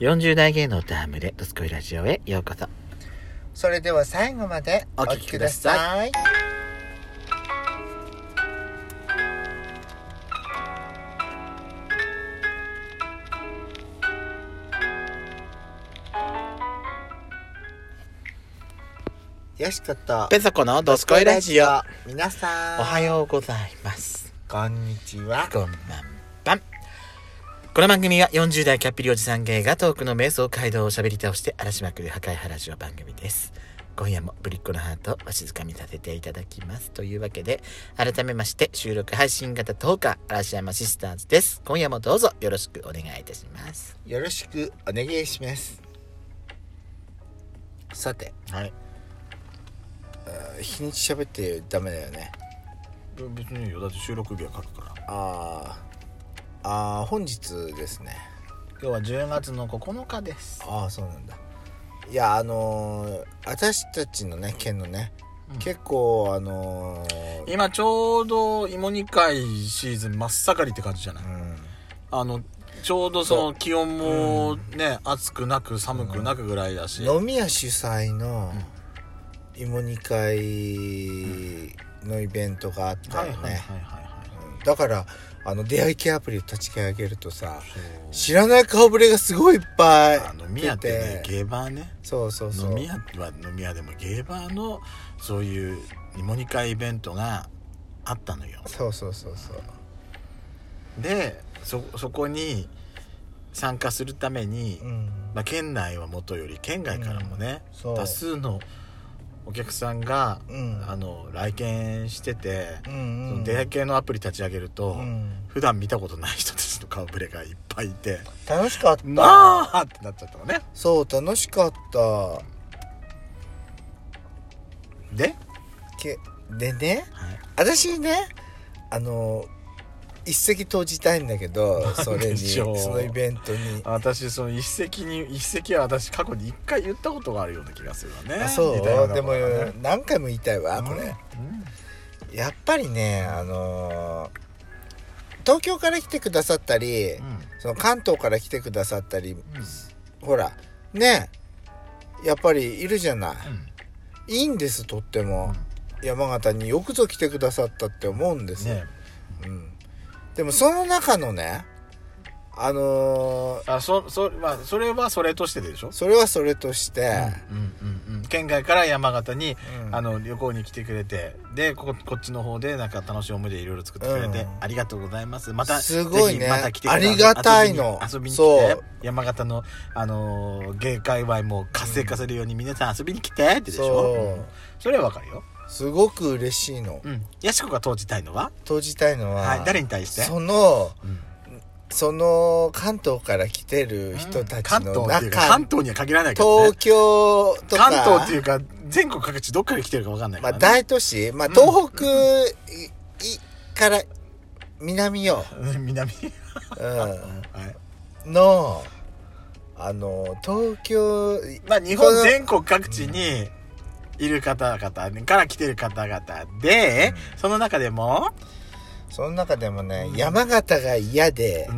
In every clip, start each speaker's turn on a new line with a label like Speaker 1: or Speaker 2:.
Speaker 1: 40代芸能とハムレ、ドスコイラジオへようこそ。
Speaker 2: それでは最後までお聞きください。よしこと。
Speaker 1: ペソコのドスコイラジオ。
Speaker 2: 皆さん。
Speaker 1: おはようございます。
Speaker 2: こんにちは。
Speaker 1: こんばんばん。この番組は40代キャッピリおじさん芸がトークの瞑想街道を喋り倒して荒らしまくる破壊ハラジオ番組です。今夜もぶりっ子のハートをわしづかみさせていただきます。というわけで、改めまして収録配信型10日、嵐山シスターズです。今夜もどうぞよろしくお願いいたします。
Speaker 2: よろしくお願いします。さて、
Speaker 1: はい。
Speaker 2: 日にち喋ってダメだよね。
Speaker 1: 別にいいよ。だって収録日は書くから。
Speaker 2: あーあー本日ですね
Speaker 1: 今日は10月の9日です。
Speaker 2: ああそうなんだいやあのー私たちのね県のね、
Speaker 1: うん
Speaker 2: 結構あのー
Speaker 3: 今ちょうど芋煮会シーズン真っ盛りって感じじゃない
Speaker 2: うん
Speaker 3: あのちょうどその気温もね、暑くなく寒くなくぐらいだし、
Speaker 2: 飲み屋主催の芋煮会のイベントがあったよ
Speaker 3: い
Speaker 2: ね、
Speaker 3: はい
Speaker 2: うんだからあの出会い系アプリを立ち上げるとさ
Speaker 3: そう
Speaker 2: 知らない顔ぶれがすごいいっぱい
Speaker 3: あ飲み屋ってね
Speaker 2: 出
Speaker 3: ゲーバーね
Speaker 2: そうそうそう
Speaker 3: 飲み屋は飲み屋でもゲーバーのそういう芋煮会イベントがあったのよ
Speaker 2: そうそうそうそう
Speaker 3: でそそこに参加するために、
Speaker 2: うん
Speaker 3: まあ、県内はもとより県外からもね、
Speaker 2: うんそう
Speaker 3: 多数のお客さんが、
Speaker 2: うん
Speaker 3: あの来県してて、
Speaker 2: うん
Speaker 3: その出会い系のアプリ立ち上げると、
Speaker 2: うん
Speaker 3: 普段見たことない人たちの顔ぶれがいっぱいいて、
Speaker 2: 楽しかった
Speaker 3: まあってなっちゃったのね
Speaker 2: そう楽しかった
Speaker 3: で、
Speaker 2: けでね
Speaker 3: はい、
Speaker 2: 私ねあの一石投じたいんだけどそれ
Speaker 3: で
Speaker 2: に
Speaker 3: し
Speaker 2: そ
Speaker 3: ょう
Speaker 2: のイベントに
Speaker 3: 私その一石に一石は私過去に一回言ったことがあるような気がするわね
Speaker 2: あそう
Speaker 3: 似たような
Speaker 2: で
Speaker 3: こと
Speaker 2: も
Speaker 3: がね
Speaker 2: 何回も言いたいわ
Speaker 3: うん
Speaker 2: これ
Speaker 3: うん
Speaker 2: やっぱりねあの東京から来てくださったり
Speaker 3: うん
Speaker 2: その関東から来てくださったり
Speaker 3: うん
Speaker 2: ほらねやっぱりいるじゃないいいんですとって
Speaker 3: うん
Speaker 2: も山形によくぞ来てくださったって思うんですよ
Speaker 3: ね
Speaker 2: うん、でもその中のねあのー
Speaker 3: あそそ,、まあ、それはそれとしてでしょ、
Speaker 2: それはそれとして、
Speaker 3: うんうんうん、県外から山形に
Speaker 2: うん
Speaker 3: あの旅行に来てくれてでこここっちの方でなんか楽しい思い出いろいろ作ってくれて、
Speaker 2: うん
Speaker 3: ありがとうございますまた
Speaker 2: すごいね
Speaker 3: ぜひまた来てくださ
Speaker 2: ありがたいの
Speaker 3: 遊びに遊びに
Speaker 2: そ
Speaker 3: 来
Speaker 2: う
Speaker 3: て山形の、あのー芸界隈も活性化するように皆さん遊びに来てってでし
Speaker 2: そ
Speaker 3: ょ
Speaker 2: う
Speaker 3: うんそれはわかるよ
Speaker 2: すごく嬉しいの
Speaker 3: うんやしこが投じたいのは、
Speaker 2: 投じたいのは、
Speaker 3: はい、誰に対して
Speaker 2: その
Speaker 3: うん
Speaker 2: その関東から来てる人たち
Speaker 3: 関
Speaker 2: の
Speaker 3: 東っていうか
Speaker 2: 中、
Speaker 3: 関東には限らないけどね
Speaker 2: 東京とか
Speaker 3: 関東っていうか全国各地どっから来てるかわかんない
Speaker 2: ま
Speaker 3: から、
Speaker 2: あ、
Speaker 3: ね
Speaker 2: 大都市、まあ、東北いいから南よ、
Speaker 3: うん南、
Speaker 2: う
Speaker 3: はい
Speaker 2: ん、のあの東京
Speaker 3: まあ、日
Speaker 2: この
Speaker 3: 本全国各地にいる方々から来てる方々で、その中でも、
Speaker 2: その中でもね、山形が嫌で、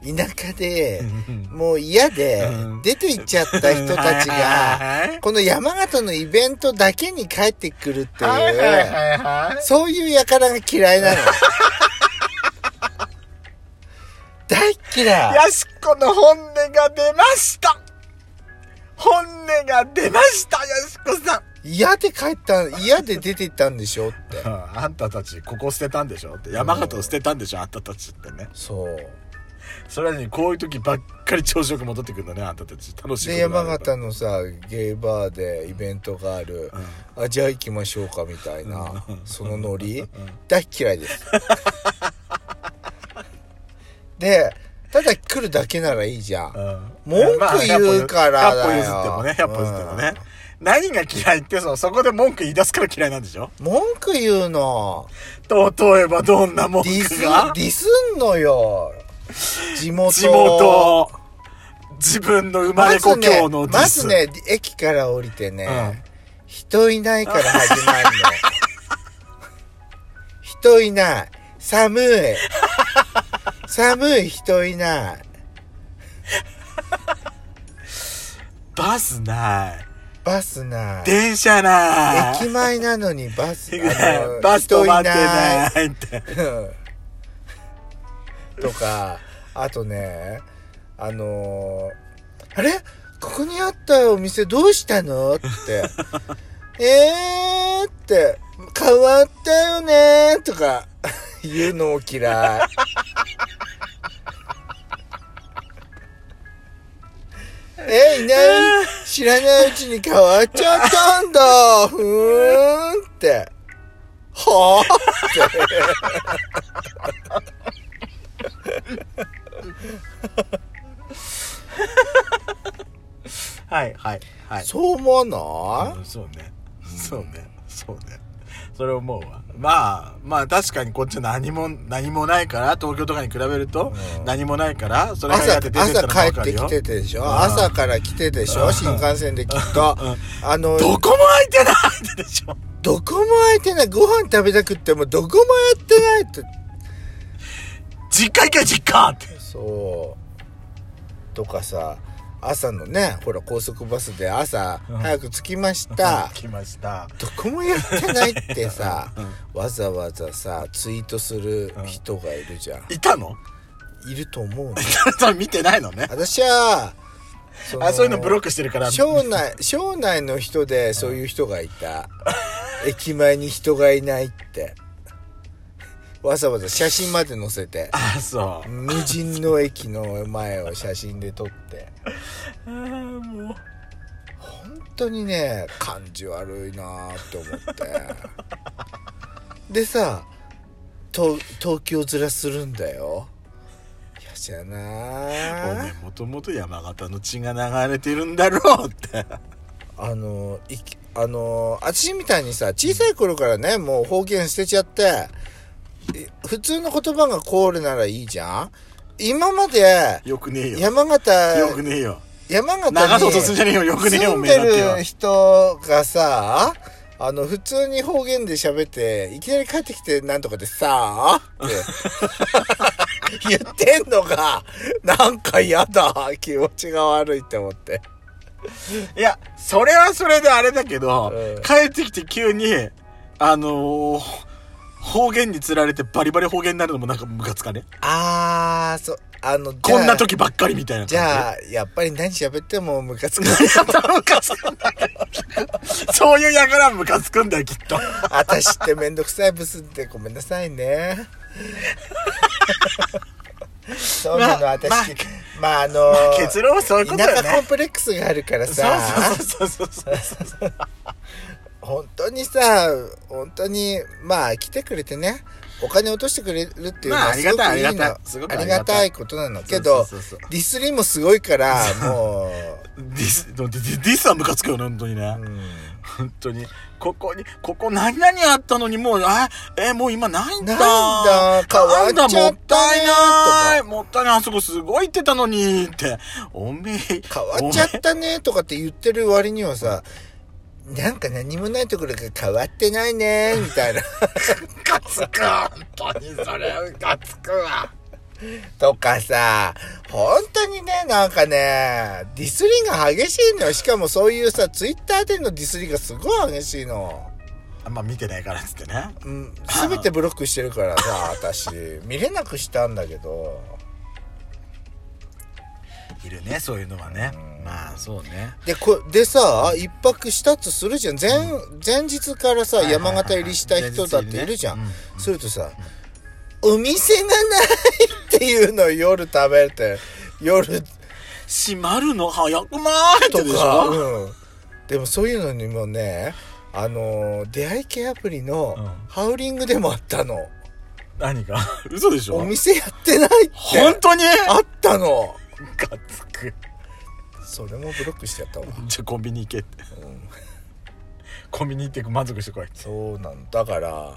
Speaker 2: 田舎で、もう嫌で
Speaker 3: う、ん
Speaker 2: 出て行っちゃった人たちが、
Speaker 3: はい
Speaker 2: この山形のイベントだけに帰ってくるって
Speaker 3: はいはい
Speaker 2: いう、
Speaker 3: はいはい
Speaker 2: そういう輩が嫌い なの。大っ嫌い。
Speaker 3: やしこの本音が出ました本音が出ましたやしこさん
Speaker 2: 嫌で帰った、嫌で出て行ったんでしょって。
Speaker 3: あんたたちここ捨てたんでしょって山形を捨てたんでしょあんたたちってね
Speaker 2: そう。
Speaker 3: それにこういう時ばっかり朝食戻ってくるのねあんたたち楽しい
Speaker 2: で、山形のさ、ゲイバーでイベントがある。あ、じゃあ行きましょうかみたいな、そのノリ、大っ嫌 いです。で、ただ来るだけならいいじゃん。文句言うからだ
Speaker 3: 100歩譲
Speaker 2: よ
Speaker 3: ってもね100歩譲ってもね、何が嫌いってそのそこで文句言い出すから嫌いなんでしょ
Speaker 2: 文句言うの。
Speaker 3: 例えばどんな文
Speaker 2: ディ
Speaker 3: 句
Speaker 2: ス、デ
Speaker 3: が
Speaker 2: ィスんのよ。地元。
Speaker 3: 地元自分の生ま
Speaker 2: ま
Speaker 3: れ
Speaker 2: ず
Speaker 3: 故
Speaker 2: ね
Speaker 3: 郷、のディ
Speaker 2: まず
Speaker 3: ス、
Speaker 2: ね、駅から降りてね、
Speaker 3: う
Speaker 2: 人いないから 始まるの。人いない。寒い。寒い人いない。
Speaker 3: バスない。
Speaker 2: バスない
Speaker 3: 電車ない。
Speaker 2: 駅前なのにバスあの
Speaker 3: バス
Speaker 2: 人
Speaker 3: 止
Speaker 2: い
Speaker 3: まってないって。
Speaker 2: とかあとねあのーあれここにあったお店どうしたの?」って 「えー」って「変わったよね」とか言うのを嫌い えいない知らないうちに変わっちゃったんだふーんってはあ
Speaker 3: はいはいはい。
Speaker 2: そう思わない
Speaker 3: うんそうね。そうね。そうね。それ思うわ。まあ、まあ確かにこっち何も、何もないから、東京とかに比べると
Speaker 2: うん
Speaker 3: 何もないから、それが
Speaker 2: 朝
Speaker 3: やって出てったの
Speaker 2: 朝
Speaker 3: わ
Speaker 2: 帰
Speaker 3: か
Speaker 2: って
Speaker 3: る
Speaker 2: き
Speaker 3: よ。
Speaker 2: ててでしょ
Speaker 3: ん
Speaker 2: 朝から来てでしょ新幹線できっとあ
Speaker 3: ど
Speaker 2: のど
Speaker 3: こも空いてないってでしょ。
Speaker 2: こも空いてないご飯食べたくってもどこもやってないって
Speaker 3: 実家行け実家って。
Speaker 2: そうとかさ朝のねほら高速バスで朝
Speaker 3: うん
Speaker 2: 早く着きました
Speaker 3: 来ました。
Speaker 2: どこもやってないってさわざわざさツイートする人がいるじゃん
Speaker 3: いたの
Speaker 2: いると思うの
Speaker 3: それ見てないのね。
Speaker 2: 私はそ
Speaker 3: あ、そういうのブロックしてるから。
Speaker 2: 省内省内の人でそういう人がいた駅前に人がいないってわざわざ写真まで載せて
Speaker 3: あ、そう。
Speaker 2: 無人の駅の前を写真で撮って
Speaker 3: あーもう。
Speaker 2: 本当にね感じ悪いなーって思ってでさと東京ずらするんだよ嫌じゃ
Speaker 3: お
Speaker 2: な
Speaker 3: め
Speaker 2: い
Speaker 3: もともと山形の血が流れてるんだろうって。
Speaker 2: あのいきあの私みたいにさ小さい頃からねもう方言捨てちゃってい普通の言葉がコールならいいじゃん今まで
Speaker 3: よくねえよ。
Speaker 2: 山形
Speaker 3: よくねえよ。
Speaker 2: 山 形に
Speaker 3: 長そうとすんじゃねえよ。よくねえよ、お
Speaker 2: 住ん
Speaker 3: めえ
Speaker 2: で
Speaker 3: だってよ
Speaker 2: る。人がさあの普通に方言で喋っていきなり帰ってきてなんとかでさあって 言ってんのがなんか嫌だ気持ちが悪いって思って
Speaker 3: いや、それはそれであれだけど、
Speaker 2: うん
Speaker 3: 帰ってきて急に、あのー方言に釣られてバリバリ方言になるのもなんかムカつかね。
Speaker 2: ああそあの
Speaker 3: こんな時ばっかりみたいな感
Speaker 2: じゃあ、やっぱり何喋ってもムカつく。ムカつく。
Speaker 3: そういうやからムカつくんだよ、きっと。
Speaker 2: 私ってめんどくさいブスってごめんなさいね。 そうなの、
Speaker 3: まあ
Speaker 2: 私
Speaker 3: ま。
Speaker 2: まあ、あの
Speaker 3: 結論はそういうことだ
Speaker 2: 田
Speaker 3: よ
Speaker 2: 舎コン
Speaker 3: ね。
Speaker 2: プレックスがあるから
Speaker 3: そう
Speaker 2: さ、
Speaker 3: そうそうそうそうそう。
Speaker 2: 本当にさ、本当に、まあ、来てくれてね、お金落としてくれるっていうの
Speaker 3: まあ
Speaker 2: は
Speaker 3: あり
Speaker 2: す
Speaker 3: が
Speaker 2: ごく
Speaker 3: たい
Speaker 2: いいの。
Speaker 3: ありがたいすごくあ
Speaker 2: あ
Speaker 3: り
Speaker 2: り
Speaker 3: が
Speaker 2: が
Speaker 3: たい
Speaker 2: たいことなの。けど、
Speaker 3: そうそうそう
Speaker 2: ディスりもすごいから、 も
Speaker 3: ディス、ディスディスはムカつくよね、本当にね。
Speaker 2: う、うん
Speaker 3: 本当に。ここに、ここ何々あったのにもう、あ、えーもう今ないんだ。
Speaker 2: ないんだ変わっちゃ
Speaker 3: なん
Speaker 2: ったね
Speaker 3: だもったいない。もったいない。あそこすごい行ってたのに、って。おめえ。
Speaker 2: 変わっちゃったねとかって言ってる割にはさ、なんか何もないところが変わってないねみたいな
Speaker 3: ムカつく。本当にそれムカつくわ。
Speaker 2: とかさ、本当にね、なんかね、ディスりが激しいのよ。しかもそういうさ、ツイッターでのディスりがすごい激しいの。
Speaker 3: あんま見てないからっつってね。
Speaker 2: うん、すべてブロックしてるからさ、私、見れなくしたんだけど、
Speaker 3: いるね、そういうのはね
Speaker 2: うん。
Speaker 3: まあ、そうね。
Speaker 2: で、こ、でさ、一泊したとするじゃん。前、前日からさ、
Speaker 3: はいはいは
Speaker 2: 山
Speaker 3: い
Speaker 2: 形入りした人だっているじゃん
Speaker 3: 前日入りね。
Speaker 2: するとさ、お店がないっていうのを夜食べて、夜
Speaker 3: 閉まるの早くないっ
Speaker 2: と
Speaker 3: てでし
Speaker 2: か、
Speaker 3: ょ
Speaker 2: うん。でもそういうのにもね、あのー、出会い系アプリの
Speaker 3: うん
Speaker 2: ハウリングでもあったの。
Speaker 3: 何か嘘でし
Speaker 2: お
Speaker 3: ょ
Speaker 2: 店やってないって。
Speaker 3: 本当に
Speaker 2: あったの。
Speaker 3: ムカつく。
Speaker 2: それもブロックしちゃったわ。
Speaker 3: じゃあコンビニ行けって。
Speaker 2: うん
Speaker 3: コンビニ行って満足してこいって。
Speaker 2: そうなんだから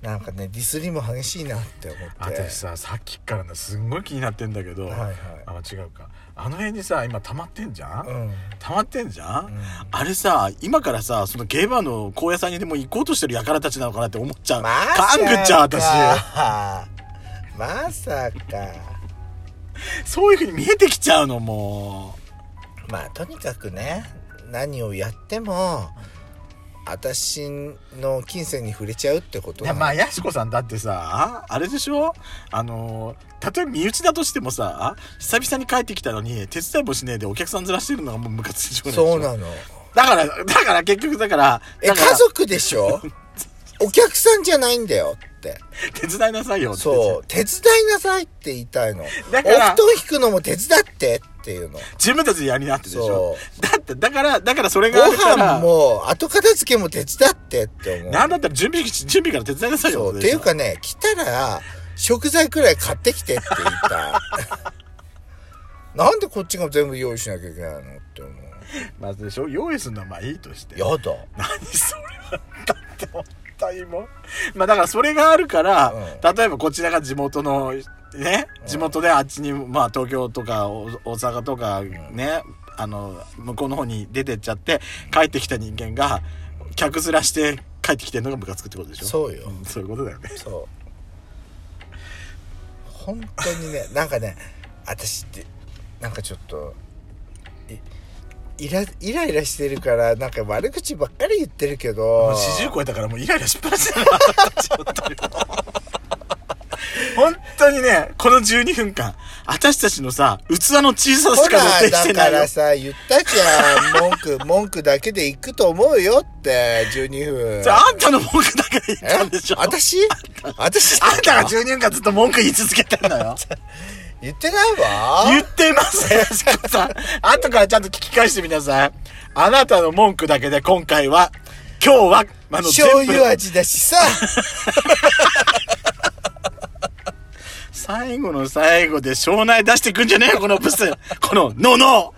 Speaker 2: なんかねディスりも激しいなって思って
Speaker 3: 私ささっきからねすんごい気になってんだけど、
Speaker 2: はいはい
Speaker 3: あ違うかあの辺にさ今溜まってんじゃん、
Speaker 2: うん、うん、
Speaker 3: 溜まってんじゃん、あれさ今からさそのゲーバーの高野山にでも行こうとしてる輩たちなのかなって思っちゃう、
Speaker 2: まさ
Speaker 3: 勘ぐっちゃう私
Speaker 2: かまさか
Speaker 3: そういうふうに見えてきちゃうのもう
Speaker 2: まあとにかくね何をやっても私の金銭に触れちゃうってこと
Speaker 3: いや
Speaker 2: なの
Speaker 3: まあやしこさんだってさあれでしょあのたとえ身内だとしてもさ久々に帰ってきたのに手伝いもしねえでお客さんずらしてるのがもうムカついてしょうがないでしょ
Speaker 2: そうなの
Speaker 3: だからだから結局だから
Speaker 2: え
Speaker 3: だから
Speaker 2: 家族でしょお客さんじゃないんだよって
Speaker 3: 手伝いなさいよって
Speaker 2: そう手伝いなさいって言いたいのお布
Speaker 3: だ
Speaker 2: 団
Speaker 3: から
Speaker 2: 引くのも手伝ってっていうの
Speaker 3: 自分たちでやりなってでしょ
Speaker 2: そ
Speaker 3: だってだからだからそれ
Speaker 2: ご
Speaker 3: があるか
Speaker 2: 飯
Speaker 3: ら
Speaker 2: も後片付けも手伝ってって思う
Speaker 3: なんだったら準備準備から手伝いなさい
Speaker 2: そ
Speaker 3: よ
Speaker 2: う。
Speaker 3: っ
Speaker 2: ってて
Speaker 3: で
Speaker 2: い
Speaker 3: しょ
Speaker 2: うかね、来たら、食材くらい買ってきてって言 った。なんでこっちが全部用意しなきゃいけないのって思う。
Speaker 3: まずでしょ用意するのはまあいいとして
Speaker 2: やだ。
Speaker 3: 何それはだってもったいもんまあだからそれがあるから、
Speaker 2: う
Speaker 3: 例えばこちらが地元のね地元であっちに、まあ東京とかお大阪とかね、あの向こうの方に出てっちゃって帰ってきた人間が客ずらして帰ってきてるのがムカつくってことでしょ
Speaker 2: そうよ
Speaker 3: んそういうことだよね
Speaker 2: そう。本当にね、なんかね、私って、なんかちょっと、いイラ、イライラしてるから、なんか悪口ばっかり言ってるけど、
Speaker 3: 四十超えたからもうイライラしっぱなしだなちょっと本当にね、この12分間、私たちのさ、器の小ささ
Speaker 2: ほ
Speaker 3: しから露呈し
Speaker 2: だ
Speaker 3: て
Speaker 2: か
Speaker 3: ないよ
Speaker 2: ら。さ言ったじゃん文句 文句だけで行くと思うよって12分
Speaker 3: じゃあ、あんたの文句だから言ったんでしょあん
Speaker 2: 私私
Speaker 3: たが12分間ずっと文句言い続けてんのよ。
Speaker 2: 言ってないわ
Speaker 3: 言ってますよ、しかさん。 後からちゃんと聞き返してみなさい。あなたの文句だけで今回は、今日は、あの、
Speaker 2: 醤
Speaker 3: 全部
Speaker 2: 油味だしさ
Speaker 3: 最後の最後で、庄内出してくんじゃねえよ、このブス。この、のの